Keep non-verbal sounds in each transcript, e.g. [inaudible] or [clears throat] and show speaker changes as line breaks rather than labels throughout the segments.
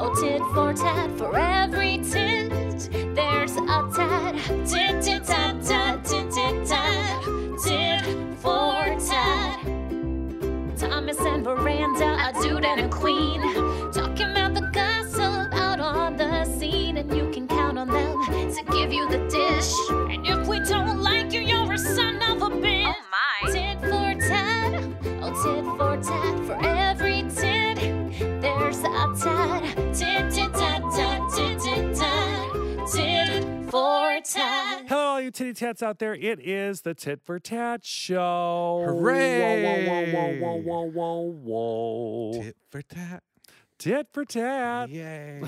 oh, tit for tat. For every tit, there's a tat. Tit tit tat tat tit tit tat. Tit for tat. Thomas and Miranda, a dude and a queen, talking about the gossip out on the scene, and you can count on them to give you the dish. And if we don't like you, you're a son of a bitch.
Oh my.
Tit for tat, oh tit for tat, for every tit, there's a tat. Tit, tit, tat, tat, tit, tit, tat, tit for tat.
Hello, all you titty tats out there. It is the Tit for Tat Show.
Hooray!
Whoa, whoa, whoa, whoa, whoa, whoa. Tit,
Tit for tat.
for tat.
Yay.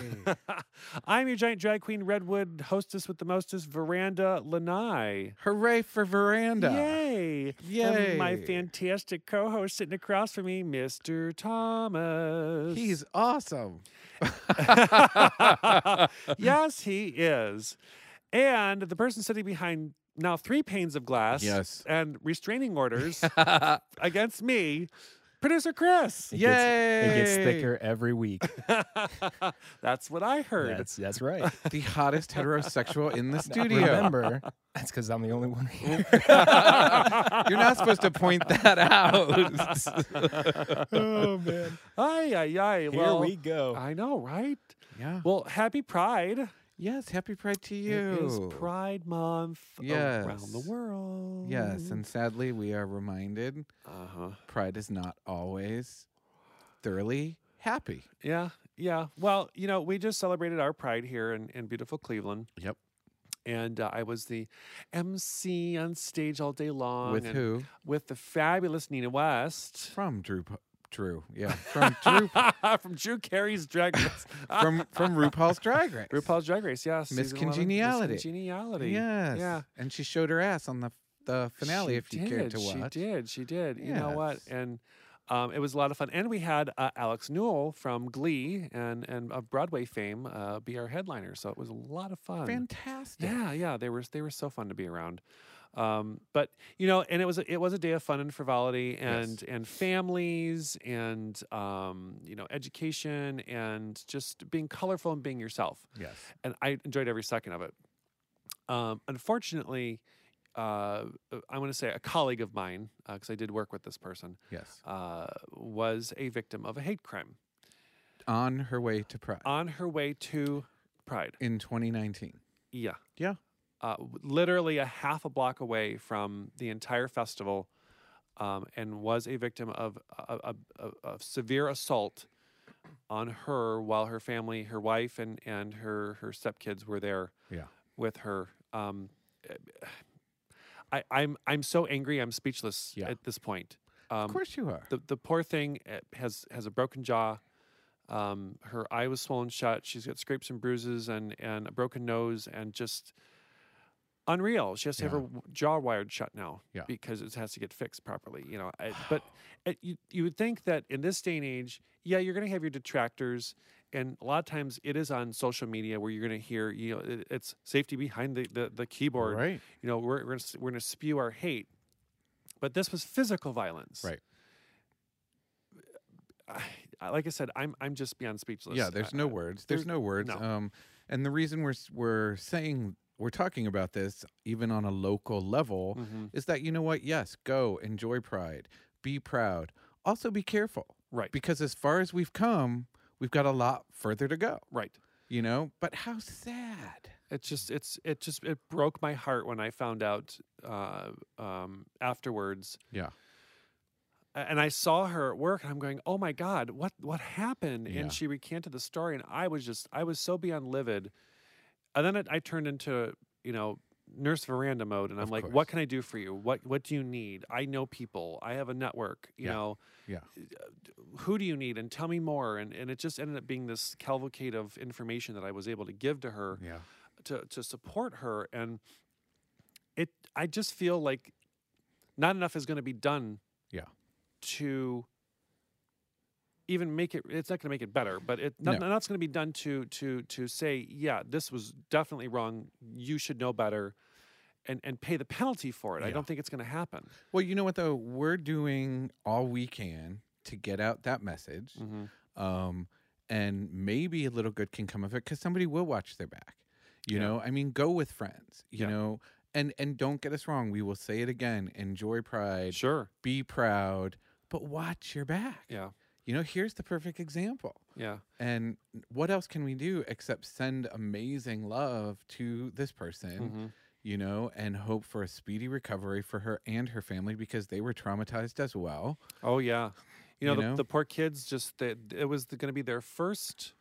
[laughs] I'm your giant drag queen, Redwood, hostess with the mostest, Veranda Lanai.
[laughs] Hooray for veranda.
Yay! And my
Yay.
fantastic co host sitting across from me, Mr. Thomas.
He's [laughs] awesome.
[laughs] yes, he is. And the person sitting behind now three panes of glass
Yes.
and restraining
[laughs]
orders against me, producer Chris. [laughs]
It gets- It gets
Yay.
thicker every week.
That's what I heard.
That's, that's right.
the hottest heterosexual in the studio.
Remember, that's because I'm the only one here.
[laughs] You're not supposed to point
[laughs]
that out.
[laughs] oh, man.
Ay, ay, ay.
Here
well,
we go.
I know, right?
yeah.
Well, happy Pride.
Yes. Happy Pride to
It
you.
is Pride Month around the
Yes.
world.
Yes. And sadly, we are reminded
uh-huh.
Pride is not always thoroughly happy.
Yeah, yeah. Well, you know, we just celebrated our pride here in, in beautiful Cleveland.
Yep.
And uh, I was the MC on stage all day long.
With
and
who?
With the fabulous Nina West.
From Drew. P- Drew. Yeah. From Drew.
[laughs] From Drew Carey's
[laughs]
Drag Race.
from from RuPaul's Drag Race.
[laughs] RuPaul's Drag Race, yes.
Miss
season 11,
Congeniality.
Miss Congeniality.
Yes.
Yeah.
And she showed her ass on the the finale
She
if you
did,
cared to watch.
She did. She did. You know what?
Yes.
And um, it was a lot of fun. And we had uh, Alex Newell from Glee and and of Broadway fame uh, be our headliner. So it was a lot of fun.
Fantastic.
Yeah, yeah, they were they were so fun to be around. Um, but you know, and it was a- it was a day of fun and frivolity and and families and um, you know education and just being colorful and being yourself.
Yes.
And I enjoyed every second of it. Um, unfortunately, uh, I want to say a colleague of mine because I did work with this person
Yes.
uh, was a victim of a hate crime
On her way to Pride
on her way to Pride.
in 2019.
Yeah.
Yeah.
Uh, w- literally a half a block away from the entire festival, um, and was a victim of a, a, a, a severe assault on her while her family, her wife, and and her her stepkids were there.
Yeah.
With her. Um, I, I'm I'm so angry. I'm speechless
Yeah.
at this point. Um,
of course you are.
the the poor thing uh, has has a broken jaw. Um, her eye was swollen shut. She's got scrapes and bruises and and a broken nose and just unreal. She has to have her
Yeah.
w- jaw wired shut now
Yeah.
because it has to get fixed properly. You know, I,
[sighs]
but it, you you would think that in this day and age, yeah, you're going to have your detractors. And a lot of times it is on social media where you're going to hear, you know, it, it's safety behind the, the, the keyboard.
right.
You know, we're, we're, gonna, s- we're going to spew our hate. But this was physical violence.
Right.
I, I- like I said, I'm I'm just beyond speechless.
Yeah, there's
I-
no
I-
words. There's,
there's-
no words.
uh, mm, no.
Um, and the reason we're s- we're saying we're talking about this even on a local level
Mhm.
is that you know what? Yes, go enjoy Pride, be proud. Also, be careful
Right.
because as far as we've come, we've got a lot further to go.
right.
You know, but how sad.
It's just it's it just it broke my heart when I found out uh, um, afterwards.
Yeah.
A- And I saw her at work, and I'm going, "Oh my God, what what happened?"
Yeah.
And she recanted the story, and I was just I was so beyond livid. And then it, I turned into you know nurse veranda mode, and I'm
Of
like,
course.
"What can I do for you? What what do you need? I know people. I have a network. You
Yeah.
know, Uh,
Yeah.
who do you need and tell me more and, and it just ended up being this cavalcade of information that i was able to give to her
Yeah.
to, to support her and it i just feel like not enough is going to be done
Yeah.
to even make it it's not going to make it better but it not,
No.
going to be done to to to say yeah this was definitely wrong you should know better and and pay the penalty for it i
Yeah.
don't think it's going to happen
Well, you know what though?
Mm-hmm. Mm.
We're doing all we can to get out that message. Um, and maybe a little good can come of it because somebody will watch their back you
Yeah.
know i mean go with friends you
Yeah.
know and and don't get us wrong we will say it again enjoy pride
Sure.
be proud but watch your back
Yeah.
you know here's the perfect example
Yeah.
and what else can we do except send amazing love to this person
Mhm.
you know and hope for a speedy recovery for her and her family because they were traumatized as well
Oh yeah, you know,
You
the,
know?
the poor kids just they, it was going to be their first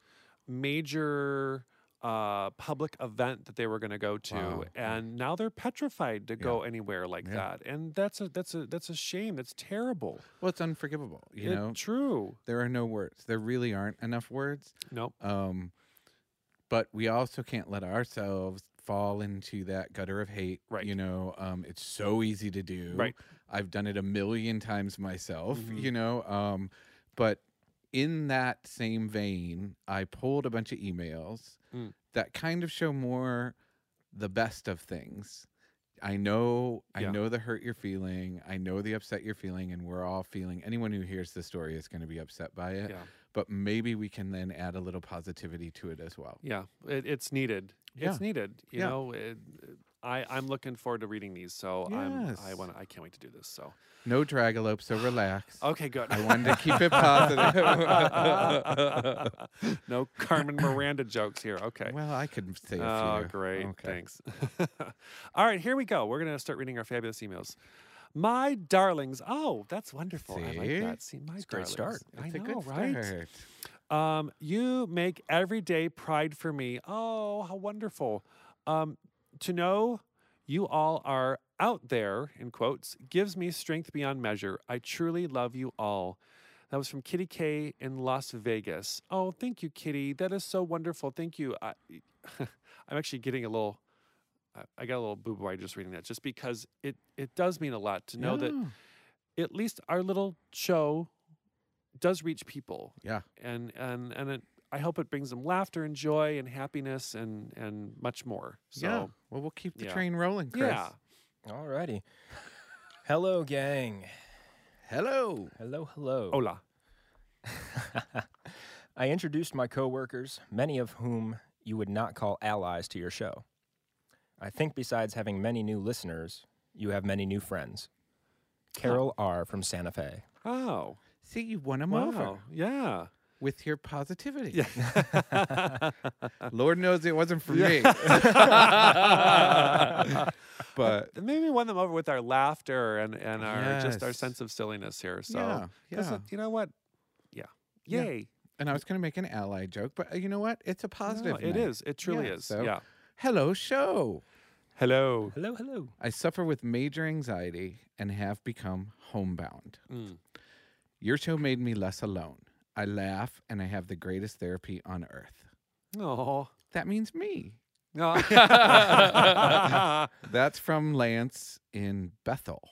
major uh, public event that they were going to go to,
Wow.
and now they're petrified to
Yeah.
go anywhere like
Yeah.
that, and that's a that's a that's a shame. That's terrible.
well it's unforgivable you
It-
know
true.
there are no words there really aren't enough words
No.
Um, but we also can't let ourselves fall into that gutter of hate.
Right.
You know, um, it's so easy to do.
Right.
I've done it a million times myself,
Mhm.
you know. Um, but in that same vein, I pulled a bunch of emails
Mm.
that kind of show more the best of things. I know,
Yeah.
I know the hurt you're feeling. I know the upset you're feeling, and we're all feeling. Anyone who hears the story is going to be upset by it
Yeah.
but maybe we can then add a little positivity to it as well.
Yeah. It, it's needed.
Yeah.
It's needed. You
Yeah.
know. It, I, I'm looking forward to reading these, so I'm, I
Yes.
want I can't wait to do this. So
No dragalope, so relax.
okay, good.
I wanted to keep it positive.
[laughs] no Carmen Miranda jokes here. [sighs] Okay.
well, I could say a few.
Oh, great. Thanks. [laughs] All right, here we go. We're going to start reading our fabulous emails. My darlings. Oh, that's wonderful. I like
See?
that. See, my
It's a great
darlings.
start.
That's
I
a
know,
good
right?
start.
Um, you make every day pride for me. Oh, how wonderful. Um, to know you all are out there, in quotes, gives me strength beyond measure. I truly love you all. That was from Kitty K in Las Vegas. Oh, thank you, Kitty. That is so wonderful. Thank you. I, [laughs] I'm actually getting a little, I, I got a little boo by just reading that, just because it it does mean a lot to know that
Yeah.
at least our little show does reach people
Yeah.
and and and it, i hope it brings them laughter and joy and happiness and and much more
yeah.
so
Well, we'll keep the
yeah.
train rolling, Chris.
yeah
Alrighty. Hello, gang.
Hello.
Hello, hello.
hola
[laughs] I introduced my coworkers, many of whom you would not call allies to your show. I think besides having many new listeners, you have many new friends. Carol R. from Santa Fe.
oh
See, you won them over
wow
[laughs]
yeah
with your positivity.
yeah
Lord knows it wasn't
[laughs]
for me. [laughs] but
maybe won them over with our laughter and and our just our
Yes.
sense of silliness here so
yeah,
'cause
yeah.
it- you know what yeah
Yeah.
yay
and I was going to make an ally joke, but uh, you know what? It's a
No,
positive.
it
night.
is it truly
Yeah,
is
so-
yeah
Hello, show.
hello
Hello, hello.
I suffer with major anxiety and have become homebound.
Mm.
Your show made me less alone. I laugh and I have the greatest therapy on earth. [laughs]
oh
That means me.
[laughs] oh
That's from Lance in Bethel.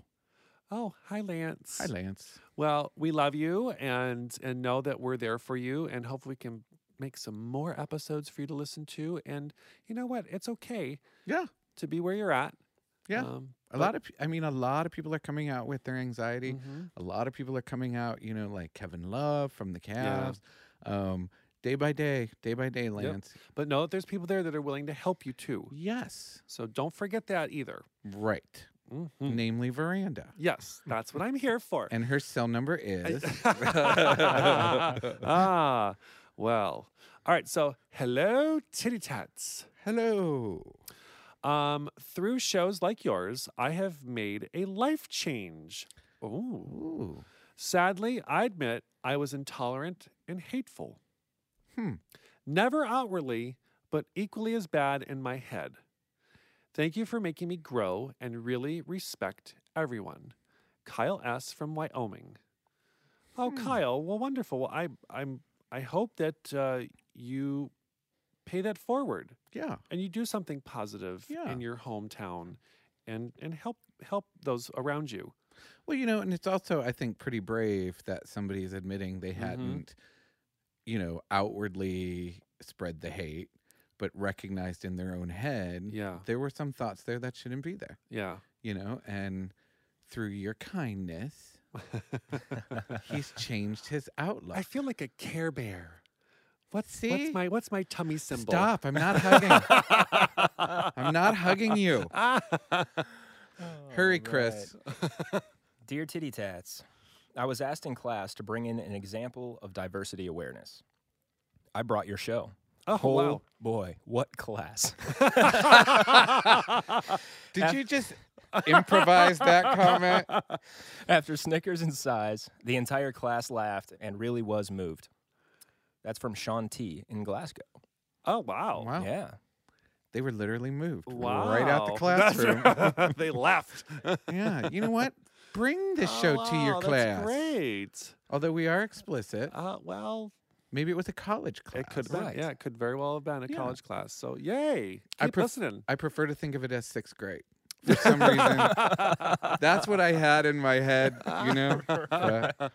Oh, hi Lance.
Hi, Lance.
Well, we love you and and know that we're there for you and hopefully can make some more episodes for you to listen to. And you know what? It's okay
Yeah.
to be where you're at.
Yeah.
Um,
A lot of, pe- I mean, a lot of people are coming out with their anxiety.
mhm.
A lot of people are coming out, you know, like Kevin Love from the Cavs. Um, day by day, day by day, Lance.
But know that there's people there that are willing to help you too.
Yes.
So don't forget that either.
Right.
Mhm.
Namely, Veranda.
Yes, that's what I'm here for.
And her cell number is.
[laughs] ah, well. All right. So, hello, titty tats.
Hello.
Um, through shows like yours, I have made a life change. Oh.
Ooh.
Sadly, I admit I was intolerant and hateful.
Hmm.
Never outwardly, but equally as bad in my head. Thank you for making me grow and really respect everyone. Kyle S. from Wyoming. Oh,
Hmm.
Kyle, well, wonderful. Well, I, I'm, I hope that uh, you pay that forward
Yeah.
and you do something positive
Yeah.
in your hometown and and help help those around you
Well, you know, and it's also I think pretty brave that somebody is admitting they
Mhm.
hadn't, you know, outwardly spread the hate, but recognized in their own head
yeah
there were some thoughts there that shouldn't be there.
yeah
You know, and through your
[laughs]
kindness, he's changed his outlook.
i feel like a care bear What's
See?
what's my what's my tummy symbol? [laughs]
Stop. I'm not hugging. I'm not
[laughs]
hugging you. Oh, Hurry, Chris. [laughs]
Dear Titty Tats, I was asked in class to bring in an example of diversity awareness. I brought your show.
Oh
Oh
wow.
boy, what class! [laughs]
Did you just improvise that comment?
[laughs]
After Snickers and sighs, the entire class laughed and really was moved. That's from Sean T in Glasgow.
[laughs] Oh wow.
Wow.
Yeah.
They were literally moved
Wow. [laughs]
right out the
That's-
classroom.
they left.
yeah. You know what? Bring [laughs] this show
Oh,
to your
wow,
class.
That's great.
Although we are explicit,
Uh, well,
maybe it was a college class.
it could have been.
Right.
Yeah, it could very well have been a
Yeah.
college class. So yay. Keep
I pref-
listening.
I prefer to think of it as sixth grade. For some
[laughs]
reason, [laughs] that's what I had in my head,
[laughs]
you know? But-
I can
All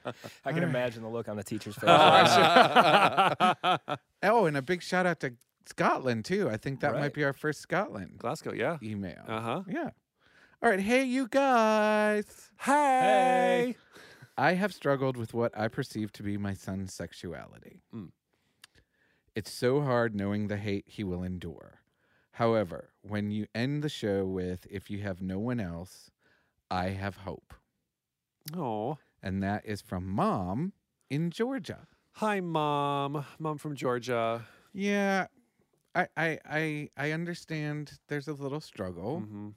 right.
imagine the look on
[laughs]
the teacher's face. [laughs]
[laughs]
oh, and a big shout out to Scotland, too. I think that
Right.
might be our first Scotland
Glasgow, yeah.
email.
Uh huh.
Yeah. All right. Hey, you guys.
Hey.
I have struggled with what I perceive to be my son's sexuality.
Mm.
It's so hard knowing the hate he will endure. However, when you end the show with, if you have no one else, I have hope.
Oh.
And that is from mom in Georgia.
Hi, mom. Mom from Georgia.
Yeah. I, I I I understand there's a little struggle,
hmm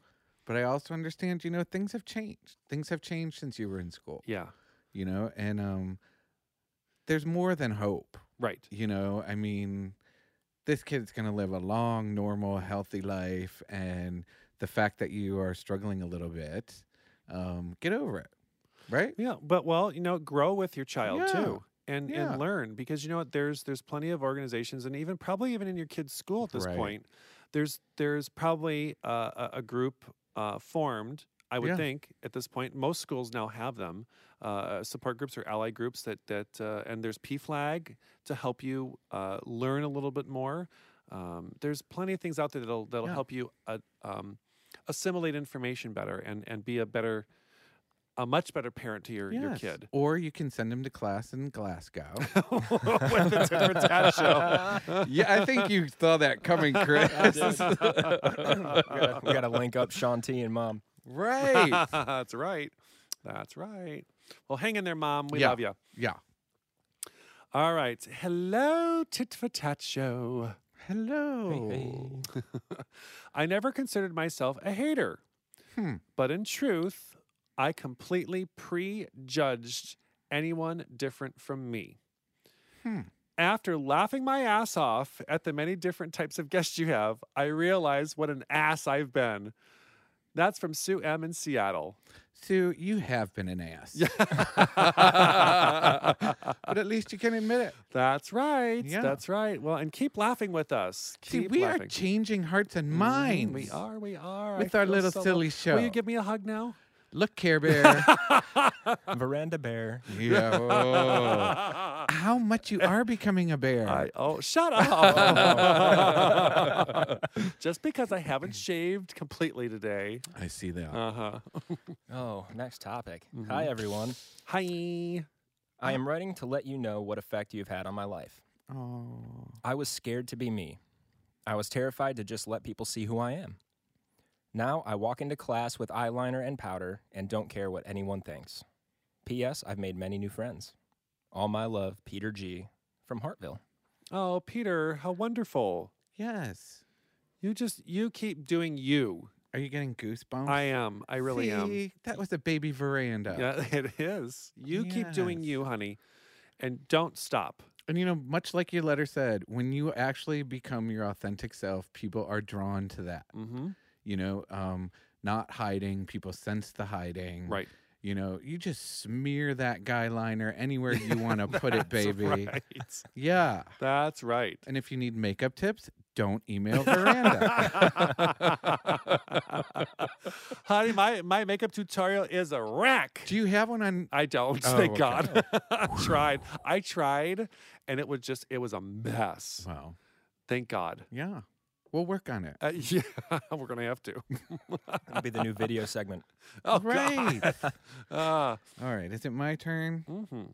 but I also understand, you know, things have changed. Things have changed since you were in school.
Yeah.
You know, and um there's more than hope.
Right.
you know i mean this kid's going to live a long normal healthy life and the fact that you are struggling a little bit um, get over it right
Yeah, but well, you know, grow with your child
Yeah,
too, and
yeah.
and learn because you know what? There's there's plenty of organizations, and even probably even in your kid's school at this
Right.
point, there's there's probably uh, a, a group uh, formed. I would
Yeah.
think at this point, most schools now have them, uh, support groups or ally groups that that uh, and there's P flag to help you uh, learn a little bit more. Um, there's plenty of things out there that'll that'll
Yeah.
help you uh, um, assimilate information better and and be a better a much better parent to your, your
Yes.
kid. [laughs]
or you can send him to class in glasgow
With the Tit for Tat show. [laughs]
[laughs] yeah i think you saw that coming chris
we, gotta, we gotta link up Sean T and
[laughs]
mom.
right
[laughs] That's right. That's right. Well, hang in there, Mom. We
Yeah.
love you.
yeah
All right. Hello, Tit for Tat show.
hello
I never considered myself a hater,
Hmm.
but in truth, I completely prejudged anyone different from me.
Hmm.
After laughing my ass off at the many different types of guests you have, I realize what an ass I've been. That's from Sue M in Seattle. [laughs]
sue you have been an ass but at least you can admit it
That's right.
Yeah.
That's right. Well, and keep laughing with us.
see
Keep
we
laughing.
are changing hearts and
Mhm,
minds
We are. We are. I
with our
feel
little
so lo-
silly show
Will you give me a hug now?
Look, Care
[laughs]
Bear.
Veranda Bear.
[laughs]
yeah. [laughs] whoa. How much you are becoming a bear.
I, oh, shut
[laughs]
up. Just because I haven't shaved completely today.
I see that.
Uh huh.
Oh, next topic.
Mm-hmm.
Hi everyone.
Hi. Uh-huh.
I am writing to let you know what effect you've had on my life.
oh.
I was scared to be me. I was terrified to just let people see who I am. Now I walk into class with eyeliner and powder and don't care what anyone thinks. P.S. I've made many new friends. All my love, Peter G. from Hartville.
Oh, Peter, how wonderful.
Yes.
You just, you keep doing you.
Are you getting goosebumps?
I am. I really am.
Oh, See, That was a baby veranda.
Yeah, [laughs] it is. You keep doing
Yes.
you, honey, and don't stop.
And you know, much like your letter said, when you actually become your authentic self, people are drawn to that.
Mm-hmm.
You know, um, not hiding. People sense the hiding.
Right.
You know, you just smear that guy liner
[laughs]
anywhere you want to put it,
That's
baby.
right.
Yeah.
That's right.
And if you need makeup tips, don't
[laughs]
email Veranda.
Honey, my, my makeup tutorial is a wreck.
Do you have one on?
I don't,
Oh,
thank
okay.
God.
[laughs]
[laughs] I tried. I tried and it was just it was a mess.
Well,
Thank God.
yeah. We'll work on it.
Uh, [laughs] yeah, we're gonna have to.
That'll be the
[laughs]
new video segment.
Oh, [laughs] Uh,
right.
God.
All right. Is it my turn?
Uh, mhm.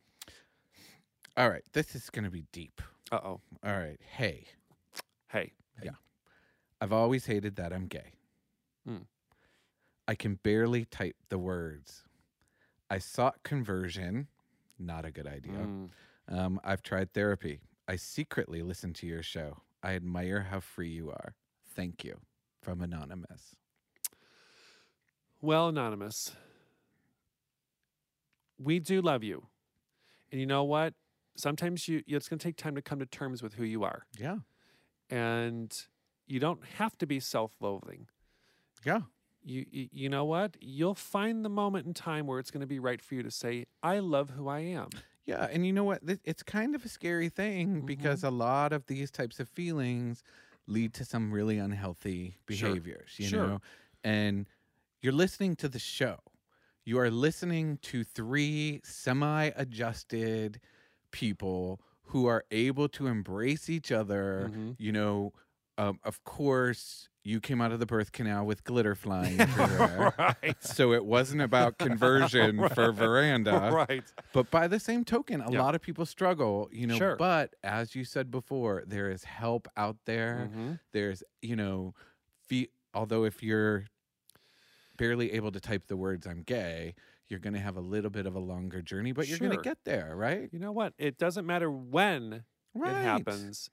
All right. This is going to be deep.
Uh oh.
All right. Hey,
Hey.
I've always hated that I'm gay. Hmm.
Mm.
I can barely type the words. I sought conversion. Not a good idea.
Mm.
Um, I've tried therapy. I secretly listen to your show. I admire how free you are. Thank you. From Anonymous.
Well, Anonymous, we do love you. And you know what? Sometimes you it's going to take time to come to terms with who you are.
Yeah.
And you don't have to be self-loathing.
Yeah.
You you, you know what? You'll find the moment in time where it's going to be right for you to say, "I love who I am."
Yeah, and you know what? Th- It's kind of a scary thing
Mm-hmm.
because a lot of these types of feelings lead to some really unhealthy
Sure.
behaviors, you
Sure.
know? And you're listening to the show. You are listening to three semi adjusted people who are able to embrace each other.
Mhm.
You know, um, of course, you came out of the birth canal with glitter
[laughs]
flying everywhere. [laughs]
right.
So it wasn't about conversion for veranda.
right.
But by the same token, a
Yeah.
lot of people struggle, you know.
Sure.
But as you said before, there is help out there.
Mhm.
There's, you know, fe- although if you're barely able to type the words "I'm gay," you're going to have a little bit of a longer journey, but you're going
Sure.
to get there, right?
You know what? It doesn't matter when
Right.
it happens.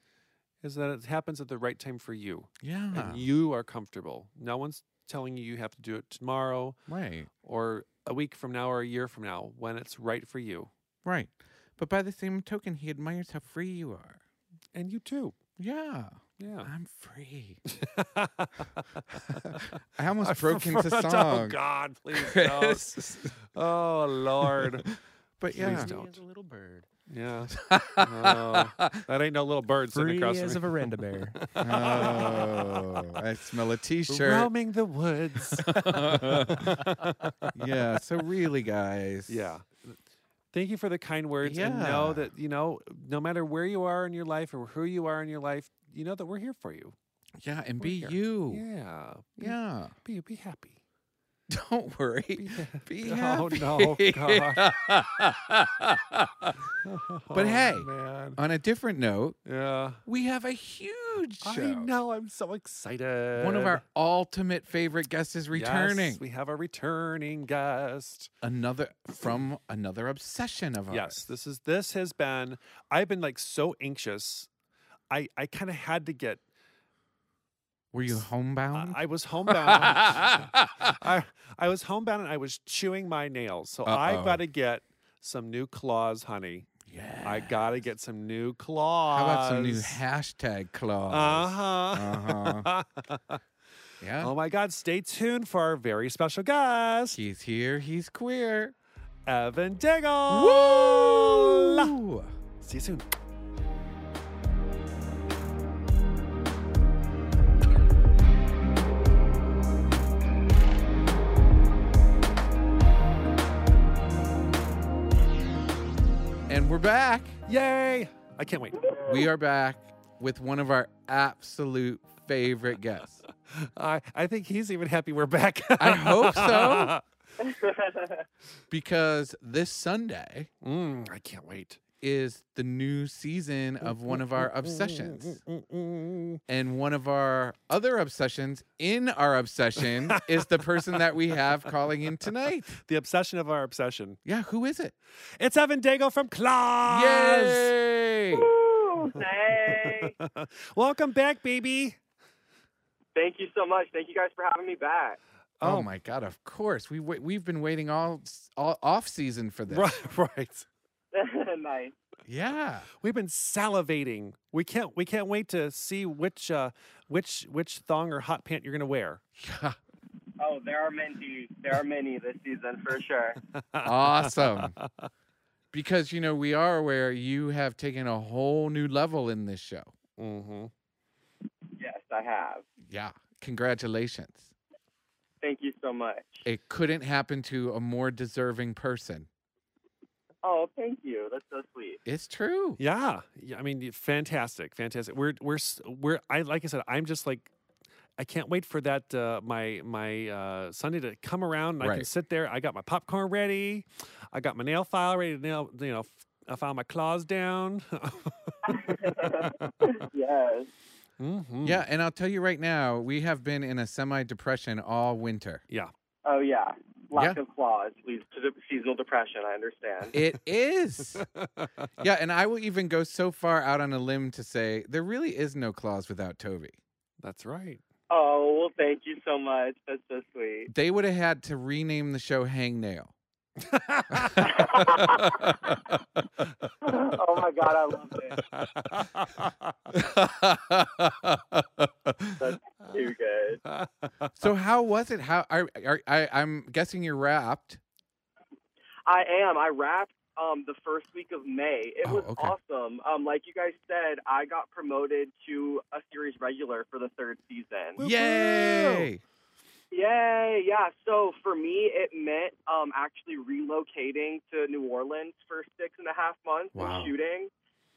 Is that it happens at the right time for you.
Yeah.
and you are comfortable. No one's telling you you have to do it tomorrow
right.
or a week from now or a year from now when it's right for you.
Right. But by the same token, he admires how free you are.
And you too.
Yeah.
Yeah. [laughs]
I'm free. I
[laughs]
almost broke into
Oh,
song.
God,
[laughs]
please don't.
Chris.
Oh, Lord.
But
Please
yeah.
don't. Free as a
little bird.
Yeah. No. That ain't no little bird sitting
Free
across Mm-hmm.
as a
from me.
veranda
[laughs]
bear.
oh, I smell a t-shirt.
Roaming the
[laughs]
woods.
yeah. So really, guys.
yeah. Thank you for the kind words. And know
Yeah.
that, you know, no matter where you are in your life or who you are in your life, you know that we're here for you.
Yeah, and
We're
be
here.
you.
Yeah. Be-
Yeah.
[laughs] Be, be happy.
Don't worry.
[laughs] Be ha-
Be
Oh,
happy.
no, God.
[laughs]
Oh,
But hey.
man.
On a different note,
Yeah.
we have a huge show.
I know. I'm so excited.
One of our ultimate favorite guests is returning.
Yes, we have a returning guest.
another from another obsession of ours.
Yes, this is this has been. I've been like so anxious. I I kind of had to get.
Were you homebound?
I, I
[laughs]
was homebound. I I was homebound and I was chewing my nails. So I
Uh-oh.
got to get some new claws, honey.
yeah.
I got to get some new claws.
How about some new Uh-huh. hashtag claws? Uh-huh.
Uh [laughs] huh.
Yeah.
Oh my God, stay tuned for our very special guest,
He's here. He's queer.
Evan Diggle. Oh.
Woo!
See you soon.
And we're back.
Yay! I can't wait.
We are back with one of our absolute favorite guests.
I, I think he's even happy we're back. [laughs]
I hope so. because this Sunday
Mm, I can't wait.
is the new season of one of our obsessions. And one of our other obsessions in our obsession is the person that we have calling in tonight.
The obsession of our obsession.
Yeah, who is it?
It's Evan Daigle from Claws.
Yay!
Oh. [laughs] Woo! Hey.
[laughs] Welcome back, baby.
Thank you so much. Thank you guys for having me back. [laughs]
Oh,
Oh.
my God! Of course, we wait, we've been waiting all, s- all off season for this.
Right, [laughs] right.
nice.
Yeah,
We've been salivating. We can't we can't wait to see which uh which which thong or hot pant you're gonna wear.
yeah,
Oh, there are many. There are many this season for sure.
awesome. Because you know we are aware you have taken a whole new level in this show.
Mm-hmm.
Yes, I have.
Yeah, congratulations!
Thank you so much.
It couldn't happen to a more deserving person.
Oh, thank you. That's so sweet.
It's true.
Yeah. yeah. I mean, y- fantastic, fantastic. We're we're s- we're I like I said, I'm just like I can't wait for that uh, my my uh, Sunday to come around and I can
Right.
sit there. I got my popcorn [laughs] ready. I got my nail file ready to nail you know f- I found my claws down.
yes.
Mhm.
Yeah, and I'll tell you right now, we have been in a semi depression all winter.
Oh yeah. Lack of claws leads to de- seasonal depression. I understand.
It is. yeah, and I will even go so far out on a limb to say there really is no claws without Toby.
That's
[laughs]
right. [laughs]
Oh well, thank you so much. That's so sweet. [laughs]
They would have had to rename the show Hangnail.
oh my god, I love it. That's too good.
so how was it? How are, are I I'm guessing you're wrapped.
I am. I wrapped um, the first week of May. It
Oh,
was
okay.
awesome. Um, like you guys said, I got promoted to a series regular for the third season.
Woo,
Yay!
Yay! Yeah. So for me, it meant um, actually relocating to New Orleans for six and a half months
Wow.
and shooting.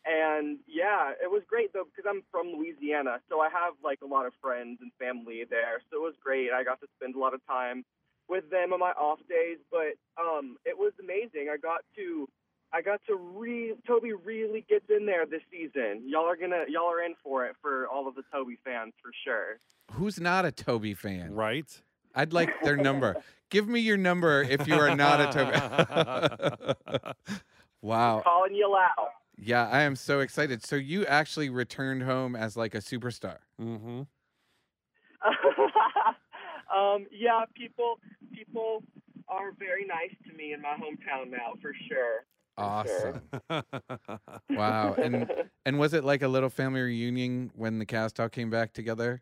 And yeah, it was great though because I'm from Louisiana, so I have like a lot of friends and family there. So it was great. I got to spend a lot of time with them on my off days, but um, it was amazing. I got to. I got to re Toby really gets in there this season. Y'all are gonna y'all are in for it for all of the Toby fans for sure.
Who's not a Toby fan?
Right?
I'd like their number. Give me your number if you are not
[laughs]
[laughs]
a Toby. [laughs] wow.
Calling you out.
Yeah, I am so excited. So you actually returned home as like a superstar.
Mm-hmm. [laughs]
[laughs] um, yeah, people people are very nice to me in my hometown now, for sure. For sure.
Awesome. Wow. Oh, And and was it like a little family reunion when the cast all came back together?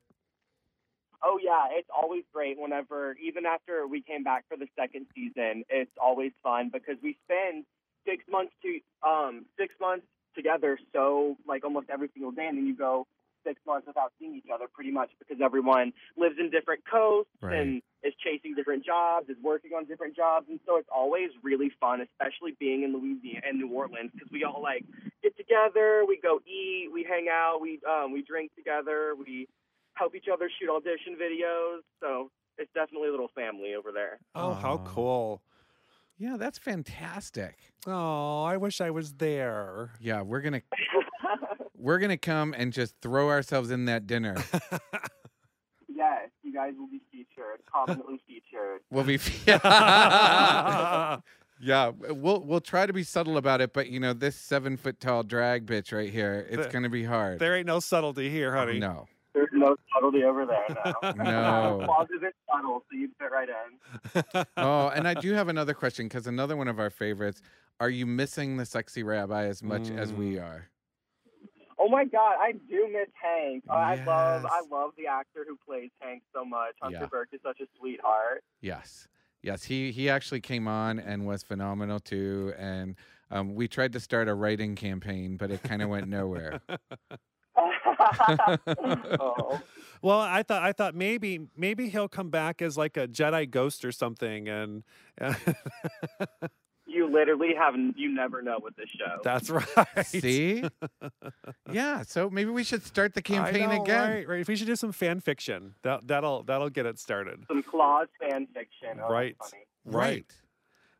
[laughs] oh yeah, it's always great whenever, even after we came back for the second season, it's always fun because we spend six months to um six months together, so like almost every single day, and then you go six months without seeing each other pretty much because everyone lives in different coasts
Right.
and is chasing different jobs, is working on different jobs, and so it's always really fun, especially being in Louisiana and New Orleans because we all like get together, we go eat, we hang out, we um, we drink together, we help each other shoot audition videos, so. It's definitely a little family over there.
Oh, how
Aw.
cool.
Yeah, that's fantastic.
Oh, I wish I was
[laughs]
there. [laughs]
Yeah, we're gonna we're gonna come and just throw ourselves in that dinner.
yes, you guys will be featured, prominently featured.
We'll
[laughs]
be [laughs] Yeah, we'll we'll try to be subtle about it, but you know, this seven foot tall drag bitch right here, it's
The-
gonna be hard.
there ain't no subtlety here, honey. [laughs]
Oh, No.
There's no subtlety over there now.
[laughs]
[laughs]
No.
Applause isn't subtle, so you fit right in.
Oh, and I do have another question because another one of our favorites. Are you missing the sexy rabbi as much as we
Mm.
are?
Oh my God, I do miss Hank. Oh, I love, I
Yes.
love the actor who plays Hank so much. Hunter
Yeah.
Burke is such a
[laughs]
sweetheart. [laughs]
Yes. Yes. He he actually came on and was phenomenal too. And um, we tried to start a writing campaign, but it kind of
[laughs]
went nowhere.
oh,
Well, I thought I thought maybe maybe he'll come back as like a Jedi ghost or something, and
you literally haven't, you never know with this show.
that's [laughs] right.
See? yeah. So maybe we should start the
I
campaign
know,
again.
Right, right. If we should do some fan fiction, that that'll that'll get it started.
Some Claus fan fiction. Oh, that's
Right.
[laughs]
funny.
Right.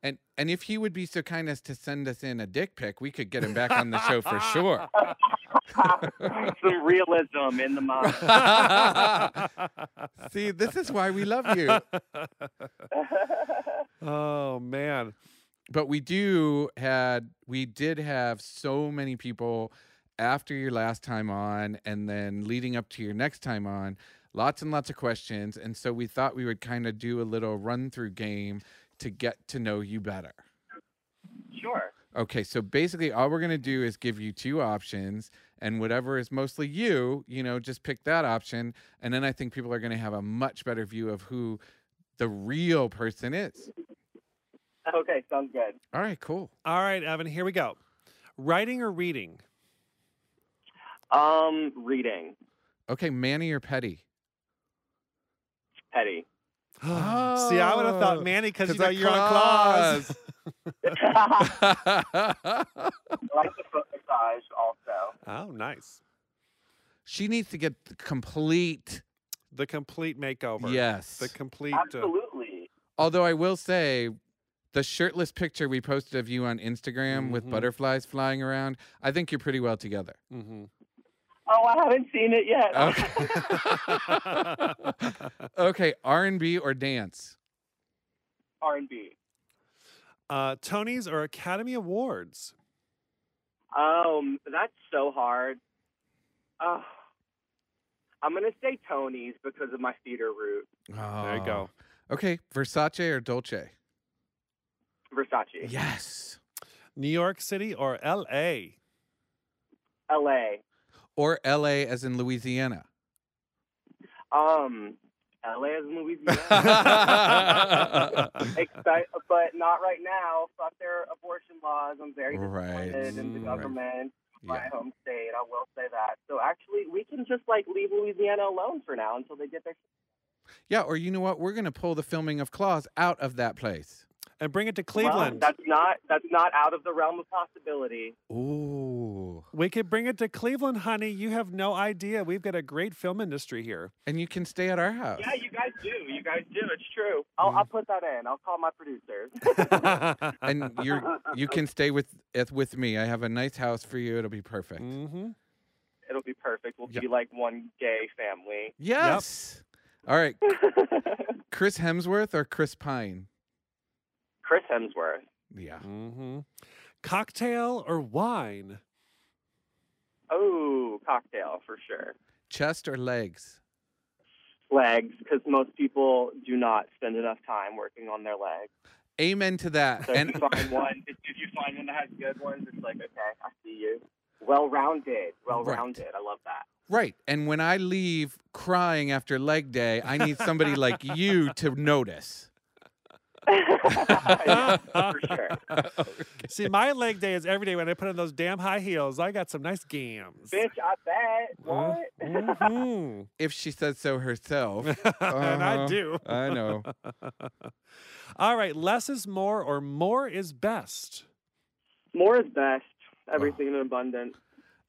And and if he would be so kind as to send us in a dick pic, we could get him back on the show for sure.
Some realism in
[laughs]
the mind.
[laughs] See, this is why we love you.
oh man.
[laughs] but we do had we did have so many people after your last time on and then leading up to your next time on lots and lots of questions and so we thought we would kind of do a little run through game to get to know you better
Sure.
okay so basically all we're going to do is give you two options and whatever is mostly you you know just pick that option and then i think people are going to have a much better view of who the real person is
Okay, sounds good.
all right cool
All right, Evan. Here we go. Writing or reading?
Um, reading.
okay manny or petty
Petty.
[gasps] See, I would have
[gasps]
thought
Oh,
Manny because you
'cause
know
of
you're on claws.
[laughs] I
claws.
like the foot massage also.
[laughs] oh, nice.
[laughs] she needs to get the complete
The complete makeover.
yes.
The complete. uh,
Absolutely.
Although I will say, the shirtless picture we posted of you on Instagram with
Mhm.
butterflies flying around, I think you're pretty well together.
Mm-hmm.
Oh, I haven't seen it yet.
Okay, R&B or dance?
[laughs] R and B.
[laughs] uh, Tony's or Academy Awards?
Um, that's so hard. Uh, I'm gonna say Tony's because of my theater route.
There you
Ah.
go.
Oh. Okay, Versace or Dolce?
Versace,
Yes.
New York City or
[laughs]
L.A.?
L.A.
Or LA as in Louisiana?
Um, L.A. is Louisiana.
[laughs] That's
Exci- but not right now. Fuck their abortion laws. I'm very
Right.
disappointed in the
Mm, right.
government, my
Yeah.
home state. I will say that. So actually, we can just like leave Louisiana alone for now until they get their.
Yeah, or you know what? We're going to pull the filming of Claws out of that place.
and bring it to
Well,
Cleveland.
that's not that's not out of the realm of possibility.
Ooh.
we could bring it to Cleveland, honey. You have no idea. We've got a great film industry here.
And you can stay at our house.
Yeah, you guys do. You guys do. It's true.
Mm.
I'll, I'll put that in. I'll call my
[laughs]
producers.
[laughs]
[laughs] and you're you can stay with it with me. I have a nice house for you. It'll be perfect.
hmm
It'll be perfect. We'll
Yeah.
be like one gay
[laughs]
family.
Yes. All right, Chris Hemsworth or Chris Pine?
Chris Hemsworth.
Yeah.
hmm Cocktail or wine?
Oh, cocktail for sure.
Chest or legs?
Legs, because most people do not spend enough time working on their legs.
Amen to that.
So [laughs]
and
if you find one, if, if you find one that has good ones, it's like, okay, I see you. Well rounded. Well rounded. I love
[laughs]
that.
right, and when I leave crying after leg day, I need somebody [laughs] like you to notice.
Yeah, for sure.
See, my leg day is every day when I put on those damn high heels. I got some nice gams.
Bitch, I bet.
Uh-huh.
What?
Mm-hmm.
Mhm.
If she says so [laughs] herself.
[laughs] and I
Uh-huh.
do.
I know.
All right, less is more or more is best.
[laughs] More is best. Everything in abundance.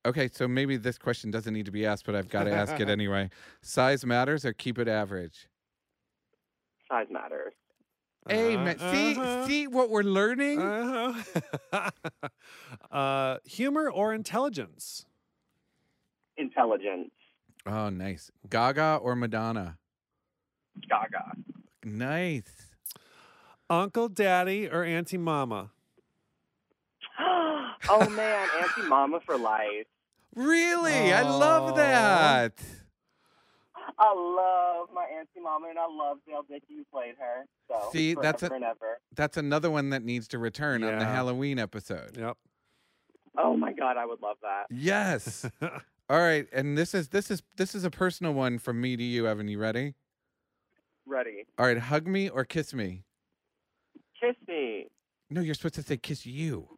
Okay, so maybe this question doesn't need to be asked, but I've got to ask [laughs] it anyway. Size matters or keep it average?
Size matters.
Amen.
Uh,
See,
uh-huh,
see what we're learning. [laughs]
uh-huh. uh, humor or intelligence?
Intelligence.
oh, nice. Gaga or Madonna?
Gaga.
Nice.
Uncle Daddy or Auntie Mama?
oh man, Auntie Mama for life.
Really, I
Aw.
love that.
I love my Auntie Mama, and I love Dale Dickey who played her. So
See,
forever
that's a-
and ever.
That's another one that needs to return on the
Yeah.
Halloween episode.
Yep.
Oh my God, I would love that.
Yes. All right, and this is this is this is a personal one from me to you, Evan. You ready?
Ready?
All right, hug me or kiss me.
Kiss me.
No, you're supposed to say kiss you.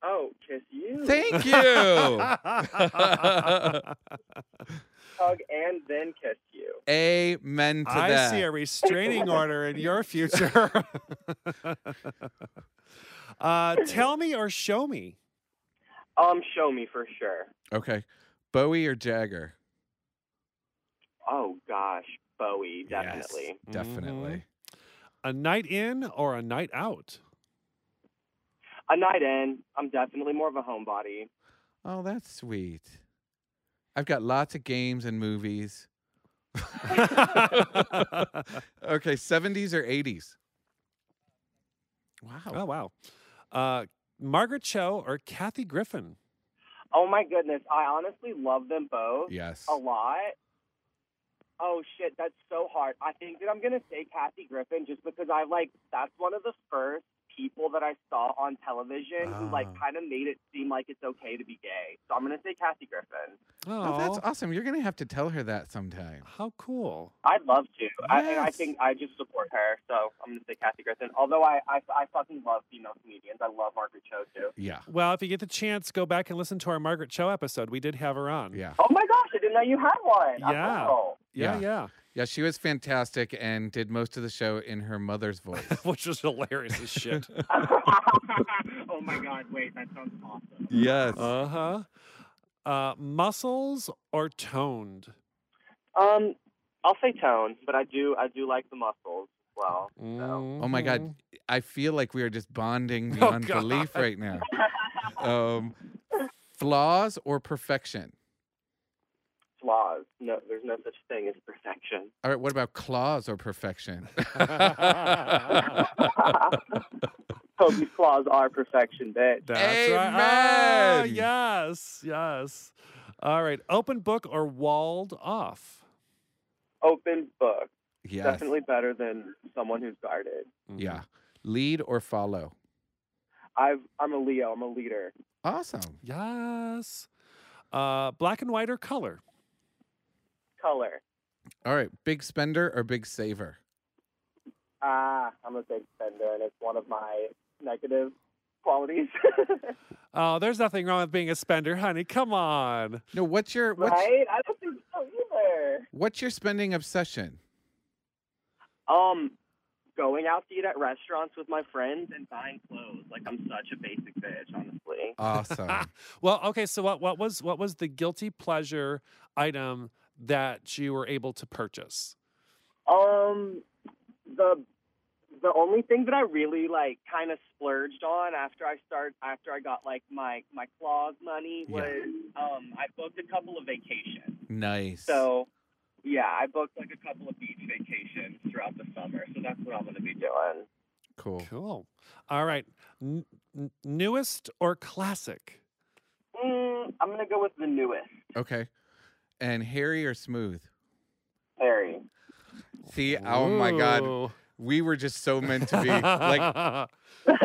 Oh, kiss you.
[laughs]
Thank you.
Hug and then kiss you.
Amen to
I
that.
see a restraining order in your
[laughs]
future. uh, tell me or show me.
Um, show me for sure.
Okay, Bowie or Jagger?
Oh gosh, Bowie,
Yes,
definitely.
definitely.
Mm-hmm. A night in or a night
[laughs]
out?
A night in. I'm definitely more of a homebody.
Oh, that's sweet. I've got lots of games and movies. Okay, 70s or 80s?
Oh
Wow.
wow. Uh, Margaret Cho or Kathy Griffin?
Oh my goodness, I honestly love them both.
Yes.
a lot. Oh shit, that's so hard. I think that I'm gonna say Kathy Griffin just because I like that's one of the first people that I saw on television who like
Ah.
kind of made it seem like it's okay to be gay. So I'm gonna say Kathy Griffin.
Oh, that's
Aw,
awesome. You're going to have to tell her that sometime.
how cool.
I'd love to. I, and I
Yes.
think I just support her. So I'm gonna say Kathy Griffin. Although I, I I fucking love female comedians. I love Margaret Cho too.
Yeah.
Well, if you get the chance, go back and listen to our Margaret Cho episode. We did have her on.
Yeah.
Oh my gosh, I didn't know you had one. I'm
Yeah.
[laughs]
awful. [laughs]
Yeah, yeah. [laughs]
Yeah, she was fantastic and did most of the show in her mother's voice.
Which was hilarious as shit.
oh my god, wait, that sounds
[laughs]
awesome.
yes.
uh-huh. Uh Muscles or toned?
Um, I'll say tone, but I do I do like the muscles. well.
Oh my
Mm-hmm.
God, I feel like we are just
[laughs]
bonding
Oh,
beyond belief
God.
right now. Um, flaws or perfection?
Flaws. No, there's no such thing as perfection. [laughs]
All right, what about claws or perfection? [laughs]
Mm-hmm.
Toby's flaws are perfection,
[laughs]
bitch.
That's right. Ah,
Amen.
yes, yes. All right. Open book or walled off?
Open book.
yes.
Definitely better than someone who's guarded.
Mhm.
Yeah. Lead or follow?
I've, I'm a Leo. I'm a leader.
Awesome.
Mm-hmm. Yes. Uh, black and white or color?
Color.
All right, big spender or big saver?
Ah, I'm a big spender, and it's one of my negative qualities. [laughs]
Oh, there's nothing wrong with being a spender, honey. Come on.
No, what's your what's,
right? I don't think so either.
what's your spending obsession?
Um, going out to eat at restaurants with my friends and buying clothes. Like I'm such a basic bitch, honestly. [laughs]
Awesome.
Well, okay. So what, what was what was the guilty pleasure item that you were able to purchase?
Um, the the only thing that I really like kind of splurged on after I start after I got like my my claws money
Yeah.
was um I booked a couple of vacations.
nice.
So, yeah, I booked like a couple of beach vacations throughout the summer, so that's what I'm going to be doing.
cool.
Cool. All right. N- n- newest or classic?
Mm, I'm going to go with the newest,
Okay. And hairy or smooth?
Harry.
See, oh my God,
Ooh.
we were just so meant to be.
[laughs]
like,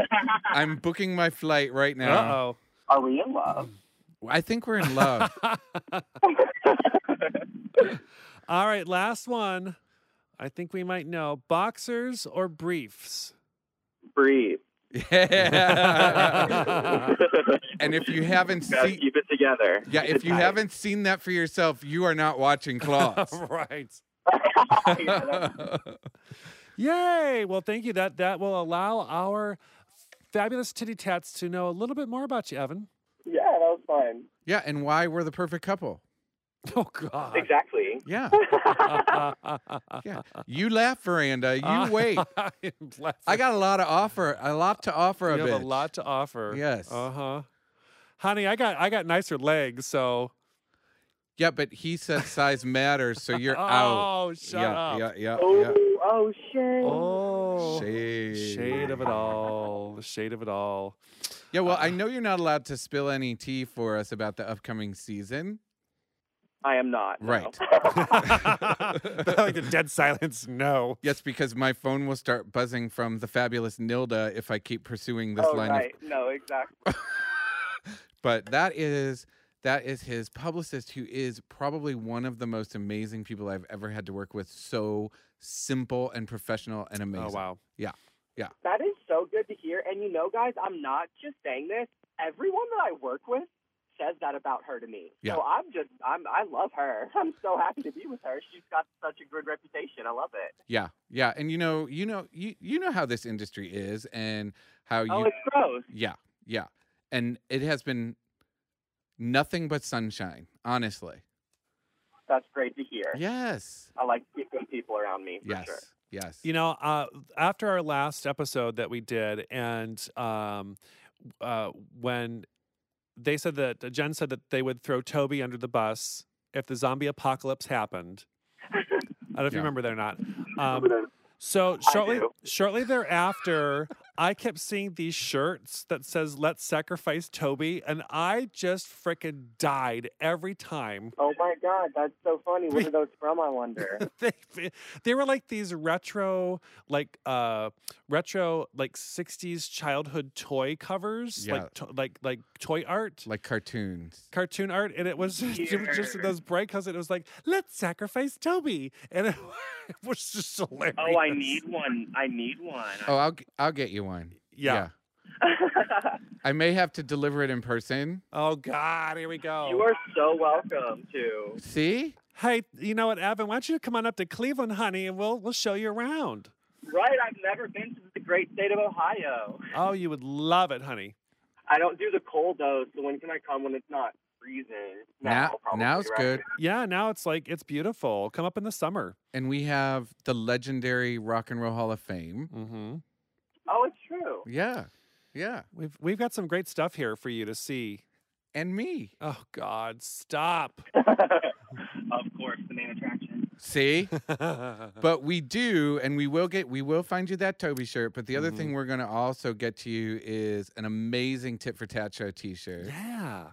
I'm booking my flight right now.
Uh-oh.
Are we in love?
I think we're
[laughs]
in love.
All right, last one. I think we might know boxers or
[laughs]
briefs. [laughs]
Breathe.
yeah. and if you haven't
Gotta
seen,
keep it together.
yeah,
Keep
if
it
you
tight. [laughs]
haven't seen that for yourself, you are not
[laughs]
watching Claws.
right.
Yeah, that's-
[laughs]
Yay! Well, thank you. That that will allow our fabulous titty tats to know a little bit more about you, Evan. [laughs]
yeah, that was fun.
yeah, and why we're the perfect couple.
Oh God.
Exactly.
Yeah,
[laughs]
yeah. You laugh, Veranda.
Uh, [laughs]
You wait.
I'm laughing.
I got a lot to offer. A lot to offer.
you
a
have
bitch.
a lot to offer.
Yes.
Uh huh. Honey, I got I got nicer legs, so
Yeah, but he said size matters, so you're out.
[laughs] Oh, shut
yeah,
up.
yeah, yeah, yeah.
Oh, oh, shit.
Oh.
Shade.
Shade of it all. The shade of it
[laughs]
all. [laughs]
Yeah, well, I know you're not allowed to spill any tea for us about the upcoming season.
I am not. no. [laughs]
Right.
like the dead silence. No. Oh,
Yes, because my phone will start buzzing from the fabulous Nilda if I keep pursuing this
oh,
line.
right.
Of,
No, exactly.
[laughs] but that is that is his publicist, who is probably one of the most amazing people I've ever had to work with. So simple and professional and amazing.
Oh wow.
That is so good to hear. And you know, guys, I'm not just saying this. Everyone that I work with says that about her to me.
Yeah.
So I'm just, I'm, I love her. [laughs] I'm so happy to be with her. She's got such a good reputation. I love it.
Yeah, yeah, and you know, you know, you you know how this industry is, and how you.
oh, it's gross.
Yeah, yeah. And it has been nothing but sunshine, honestly.
That's great to hear.
Yes.
I like to keep good people around me. For
Yes.
Sure.
Yes.
You know, uh, after our last episode that we did, and um, uh, when they said that uh, Jen said that they would throw Toby under the bus if the zombie apocalypse happened. I don't know if
Yeah.
you remember that or not. Um, So shortly
do.
shortly thereafter, I kept seeing these shirts that says "Let's sacrifice Toby," and I just frickin' died every time.
Oh my God, that's so funny. What are those from? I wonder.
[laughs] they they were like these retro like uh retro like 60s childhood toy covers
Yeah.
like to, like like toy art [laughs]
like cartoons.
cartoon art and it was [laughs] just, it was just in those bright colors and it was like let's sacrifice toby and [laughs] it, was just hilarious
one. I Oh, need one.
Oh, I'll g- I'll get you one.
yeah.
I may have to deliver it in person.
oh god here we go
[laughs] you are so welcome to.
See?
hey you know what evan why don't you come on up to cleveland honey and we'll we'll show you around
Right, I've never been to the great state of Ohio.
oh you would love it honey
I don't do the cold though, so when can I come when it's not reason.
Now,
probably,
now's
right?
good.
Yeah, now it's like it's beautiful. Come up in the summer.
And we have the legendary Rock and Roll Hall of Fame.
Mm-hmm.
Oh, it's true. [laughs]
Yeah. Yeah.
We've we've got some great stuff here for you to see.
And me.
Oh God, stop! [laughs]
of course, the main attraction.
See?
but
But we do, and we will get, we will find you that Toby shirt. But the other
Mhm.
thing we're going to also get to you is an amazing Tit for Tat Show t shirt.
yeah,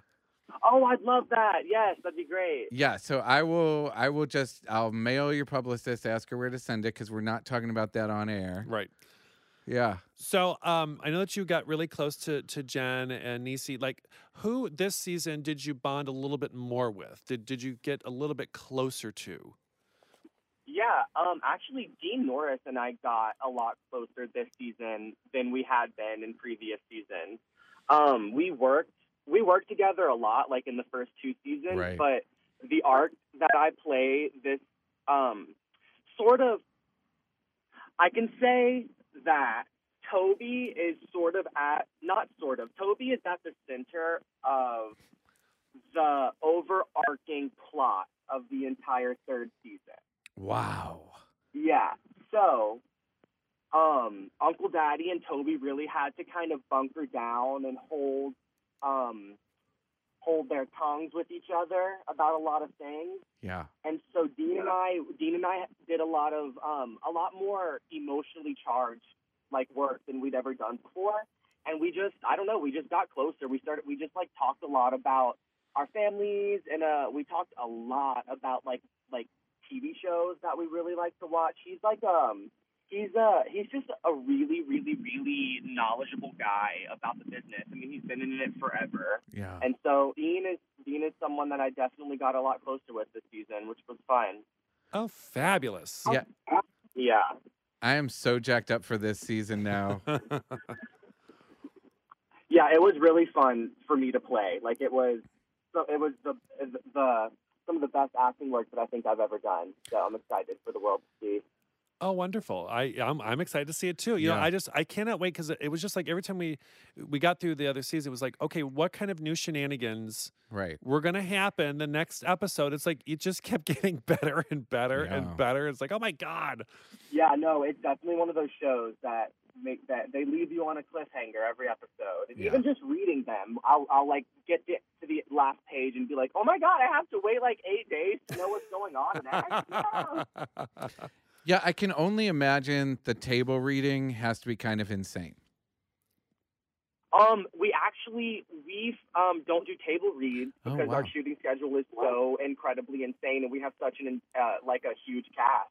Oh, I'd love that. Yes, that'd be great.
Yeah, so I will I will just I'll mail your publicist, ask her where to send it cuz we're not talking about that on air.
right.
Yeah.
So um, I know that you got really close to to Jen and Nisi. Like, who this season did you bond a little bit more with? Did did you get a little bit closer to?
Yeah, um, actually, Dean Norris and I got a lot closer this season than we had been in previous seasons. Um, we worked we worked together a lot, like in the first two seasons.
Right.
But the arc that I play, this um, sort of, I can say that Toby is sort of at not sort of Toby is at the center of the overarching plot of the entire third season.
Wow.
Yeah. So, um, Uncle Daddy and Toby really had to kind of bunker down and hold, um, hold their tongues with each other about a lot of things.
Yeah.
And so Dean and I, Dean and I did a lot of, um, a lot more emotionally charged like work than we'd ever done before. And we just, I don't know, we just got closer. We started, we just like talked a lot about our families, and uh, we talked a lot about like like TV shows that we really like to watch. He's like um, he's uh, he's just a really, really, really knowledgeable guy about the business. I mean, he's been in it forever.
Yeah.
And so Dean is Dean is someone that I definitely got a lot closer with this season, which was fun.
Oh, fabulous!
Yeah.
Yeah.
I am so jacked up for this
[laughs]
season now.
Yeah, it was really fun for me to play. Like it was so it was the the some of the best acting work that I think I've ever done. So I'm excited for the world to see.
Oh, wonderful! I I'm, I'm excited to see it too. You know,
Yeah.
I just I cannot wait because it was just like every time we we got through the other season, it was like, okay, what kind of new shenanigans
right.
were gonna happen the next episode? It's like it just kept [laughs] getting better and better
Yeah.
and better. It's like, oh my god,
Yeah, no, it's definitely one of those shows that make that they leave you on a cliffhanger every episode. And
Yeah.
even just reading them, I'll, I'll like get to to the last page and be like, oh my god, I have to wait like eight days to know what's going on next. [laughs] No.
Yeah, I can only imagine the table reading has to be kind of insane.
Um, we actually we um don't do table reads
Oh,
because our
wow.
shooting schedule is so incredibly insane, and we have such an uh, like a huge cast,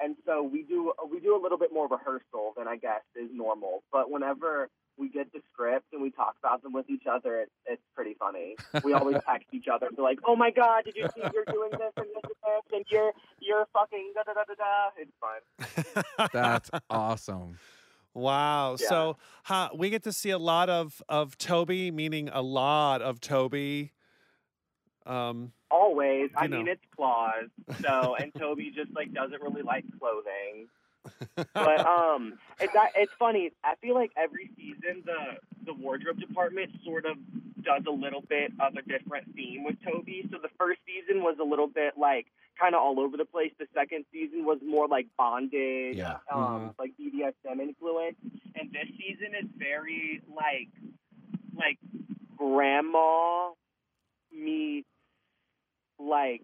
and so we do we do a little bit more rehearsal than I guess is normal. But whenever we get the scripts and we talk about them with each other, it's it's pretty funny.
[laughs]
We always text each other and be like, "Oh my god, did you see you're doing this and this and this and you're you're fucking da da da da da." It's fun.
That's awesome.
Wow.
Yeah.
So ha, we get to see a lot of of Toby, meaning a lot of Toby. Um, [laughs]
Always, I
You know.
mean, it's claws. So and Toby just like doesn't really like clothing. but um, it's not- it's funny. I feel like every season the the wardrobe department sort of does a little bit of a different theme with Toby. So the first season was a little bit like kind of all over the place. The second season was more like bondage,
Yeah.
um,
Mm-hmm.
like BDSM influence. And this season is very like like grandma meets like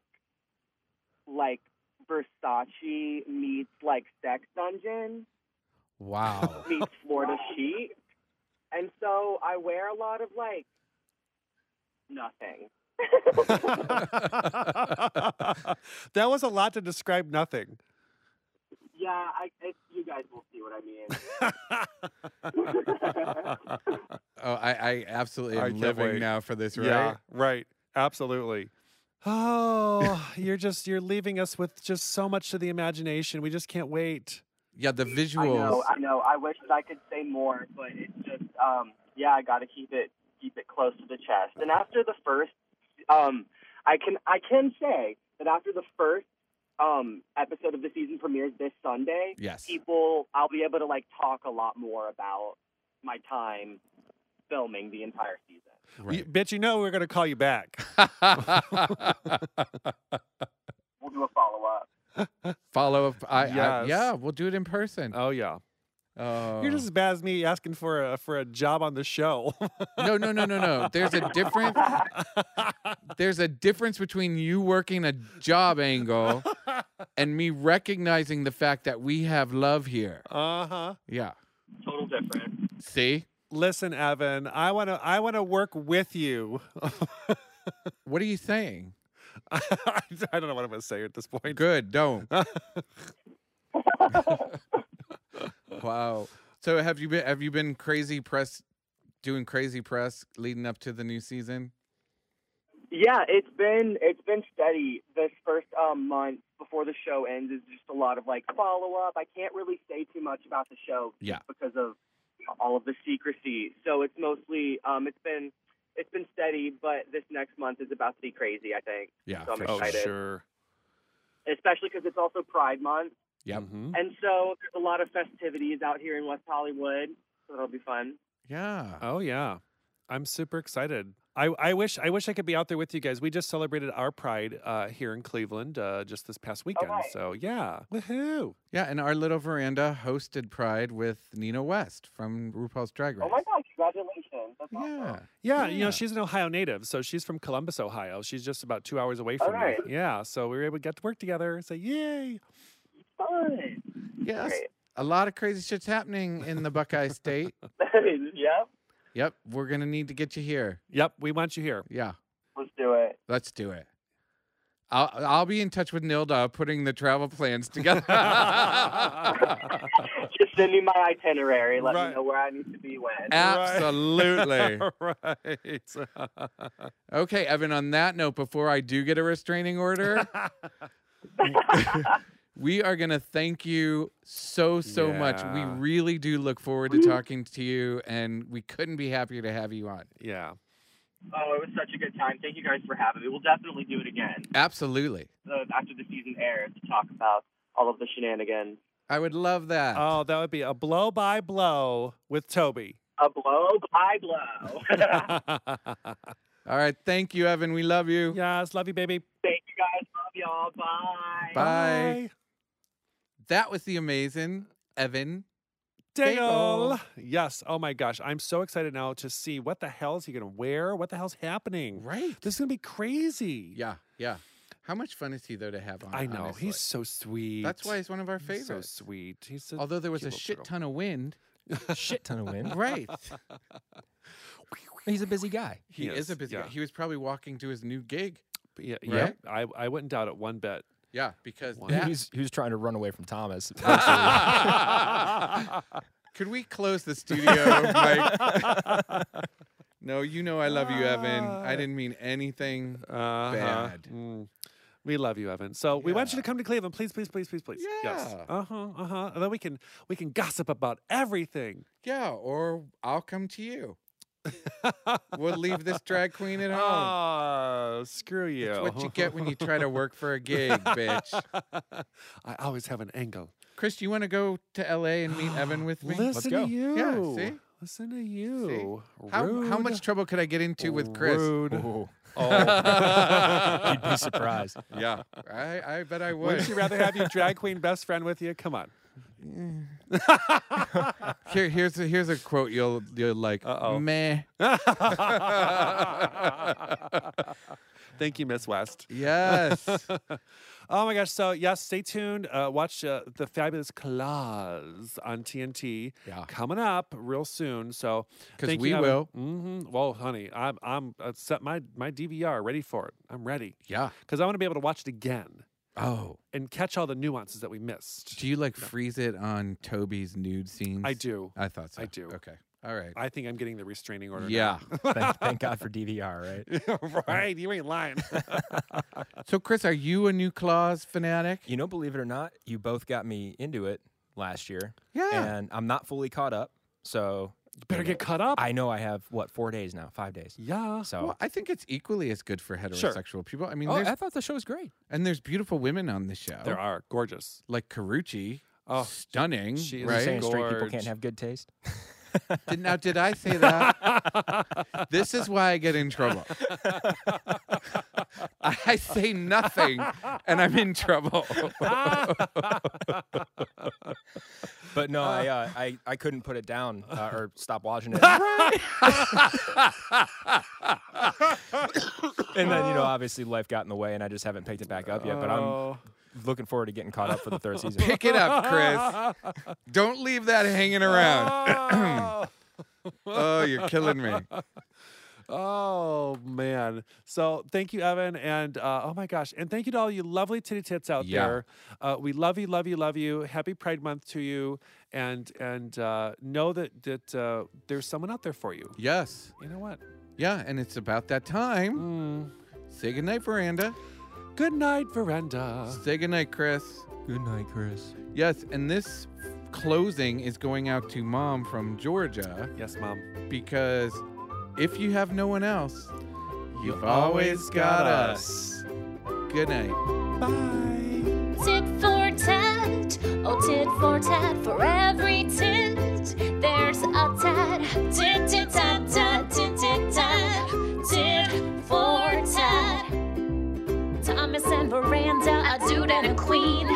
like Versace meets like Sex Dungeon
[laughs]
Wow.
meets Florida Sheet. And so I wear a lot of like nothing. [laughs]
that was a lot to describe nothing.
Yeah, I, it, you guys will see what I mean.
Oh, I, I absolutely am
I can't
living
wait.
now for this, right?
[laughs] Yeah, right. Absolutely. Oh, you're just you're leaving us with just so much to the imagination. We just can't wait.
Yeah, the
I
visuals.
know, I know. I wish that I could say more, but it's just um, yeah, I got to keep it keep it close to the chest. And after the first, um, I can I can say that after the first um episode of the season premieres this Sunday,
Yes.
people I'll be able to like talk a lot more about my time filming the entire season.
You- bitch, you know we're going to call you back.
We'll do a follow up.
[laughs] Follow up. I, I-
Yes.
yeah, we'll do it in person.
oh yeah,
Oh.
you're just as bad as me asking for a for a job on the show. [laughs]
no, no, no, no, no. There's a difference. There's a difference between you working a job angle and me recognizing the fact that we have love here.
uh huh.
Yeah.
Total different.
See,
Listen, Evan, I want to I want to work with you. [laughs]
what are you saying?
I don't know what I'm going to say at this point.
Good. Don't. wow. So have you been? Have you been crazy press? Doing crazy press leading up to the new season.
Yeah, it's been it's been steady this first um, month before the show ends. Is just a lot of like follow up. I can't really say too much about the show, just
Yeah.
because of all of the secrecy. So it's mostly um, it's been it's been steady, but this next month is about to be crazy. I think,
Yeah.
So I'm
for
Oh
excited.
sure.
especially because it's also Pride Month,
Yep.
Mhm.
and so there's a lot of festivities out here in West Hollywood. So it'll be fun.
Yeah.
uh,
Oh yeah, I'm super excited. I, I wish I wish I could be out there with you guys. We just celebrated our Pride uh, here in Cleveland uh, just this past weekend.
right.
So yeah, woohoo!
Yeah, and our little veranda hosted Pride with Nina West from RuPaul's Drag Race.
Oh my God! Congratulations! That's
Yeah.
awesome.
Yeah, you
Yeah.
know she's an Ohio native, so she's from Columbus, Ohio. She's just about two hours away from
right.
me. Yeah, so we were able to get to work together. Say yay!
Fun.
Yes.
Great.
A lot of crazy shit's happening in the Buckeye State.
[laughs] yeah.
Yep, we're gonna need to get you here.
Yep, we want you here.
Yeah,
Let's do it.
let's do it. I'll I'll be in touch with Nilda putting the travel plans
[laughs]
together. [laughs]
[laughs] Just send me my itinerary. Let
Right.
me know where I need to be when.
[laughs]
Absolutely.
right.
Okay, Evan, on that note, before I do get a restraining order, [laughs] we are going to thank you so, so much. We
Yeah.
really do look forward to talking to you, and we couldn't be happier to have you on.
yeah.
Oh, it was such a good time. Thank you guys for having me. We'll definitely do it again
Absolutely.
uh, after the season airs to talk about all of the shenanigans.
I would love that.
Oh, that would be a blow by blow with
[laughs]
Toby.
A blow by blow. [laughs]
All right. Thank you, Evan. We love you.
yes, love you, baby.
Thank you guys. Love y'all. Bye.
Bye. That was the amazing Evan.
Dale.
Dale.
Yes. Oh my gosh. I'm so excited now to see what the hell is he going to wear? What the hell's happening?
Right.
This is going to be crazy.
Yeah. Yeah. How much fun is he, though, to have on?
I know.
honestly?
He's so sweet.
That's why he's one of our
He's so
favorites.
sweet. He's a
Although there was
cute
a
little
shit
turtle.
ton
[laughs]
of wind.
Shit ton of wind.
Right.
He's a busy guy.
He, is, a busy guy.
yeah.
He was probably walking to his new gig.
Yeah. yeah.
Right?
I, I wouldn't doubt it one
[laughs]
bit. [laughs]
Yeah, because
Wow.
that,
Who's who's trying to run away
[laughs]
from Thomas?
could we
[laughs]
close the studio, Mike? no, you know I love you, Evan. I didn't mean anything.
Uh-huh.
Bad.
Mm. We love you, Evan. So we want you
Yeah.
to come to Cleveland, please, please, please, please, please. Yes.
Yeah.
Uh huh. Uh huh. And then we can we can gossip about everything.
Yeah, or I'll come to you. we'll leave this drag
[laughs]
queen at home.
Oh, screw you.
That's what you [laughs] get when you try to work
Oh.
for
[laughs]
a gig, bitch.
I always have an angle.
Chris, you want to go to LA and meet Evan with me?
Listen
go.
to you.
Yeah, see?
Listen to you.
How, how
[laughs]
much
Rude.
trouble could I get into with Chris?
Rude.
Oh,
Oh. [laughs]
you'd be surprised.
Yeah, I, I bet I would.
Wouldn't you rather have your drag queen best friend with you? Come
[laughs]
on. [laughs]
Here, here's a, here's a quote you'll you'll like.
Uh-oh.
Meh.
Thank you, Miss West. [laughs]
Yes.
Oh my gosh. So, yes, stay tuned. Uh, watch uh, The Fabulous Claws on TNT
Yeah.
coming up real soon. So,
'Cause we will.
Mm-hmm. Well, honey, I'm, I'm I've set my, my DVR ready for it. I'm ready
yeah.
because I want to be able to watch it again
Oh,
and catch all the nuances that we missed.
do you like freeze it on Toby's nude scenes?
I do.
I thought so.
I do.
Okay. All right.
I think I'm getting the restraining order.
yeah.
Thank, thank God for DVR,
[laughs]
right?
Now. [laughs] right. You ain't lying.
So, Chris, are you a new claws fanatic?
You know, believe it or not, you both got me into it last year,
Yeah.
and I'm not fully caught up. So
Better get caught up.
I know I have what four days now, five days.
yeah.
So
Well, I think it's equally as good for
Sure.
heterosexual people. I mean,
oh,
there's,
I thought the show was great.
and there's beautiful women on the show.
There are gorgeous.
Like Carucci.
Oh,
stunning,
she is
You're
right?
saying straight people
Gorge.
[laughs]
can't have good taste.
Did, now, did I
[laughs]
say that? this is why I get in trouble. I say nothing and I'm in
[laughs]
trouble.
But no, I, uh, I I couldn't put it down uh, or stop watching it. and then
[laughs]
you know, obviously life got in the way, and I just haven't picked it back up yet. But I'm
Oh.
looking forward to getting caught up for
[laughs]
the third season.
Pick it up, Chris. Don't leave that
[laughs]
hanging around. [clears throat]
Oh.
Oh, you're killing me.
Oh, man. So thank you, Evan. And uh, oh my gosh. And thank you to all you lovely titty tits out
Yeah.
there. Uh, we love you, love you, love you. Happy Pride Month to you. And and uh, know that that uh, there's someone out there for you.
Yes.
You know what?
Yeah, and it's about that time.
Mm.
Say goodnight, Veranda.
Good night, Veranda.
Say goodnight, Chris.
Good night, Chris.
Yes, and this closing is going out to mom from Georgia
Yes, Mom.
because if you have no one else, you've always got us. Good night.
Tit for tat, oh tit for tat, for every tit there's a tat. Tit tit tat tat, tit tit tat, tit for tat. Thomas and Miranda, a dude and a queen,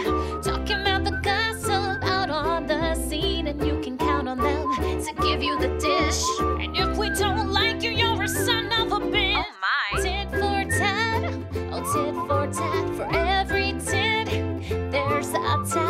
talking about the gossip out on the scene, and you can count on them to give you the dish. And if we don't like you, you're a son of a bitch.
my.
Tit for tat, oh tit for tat, for every tit there's a tat.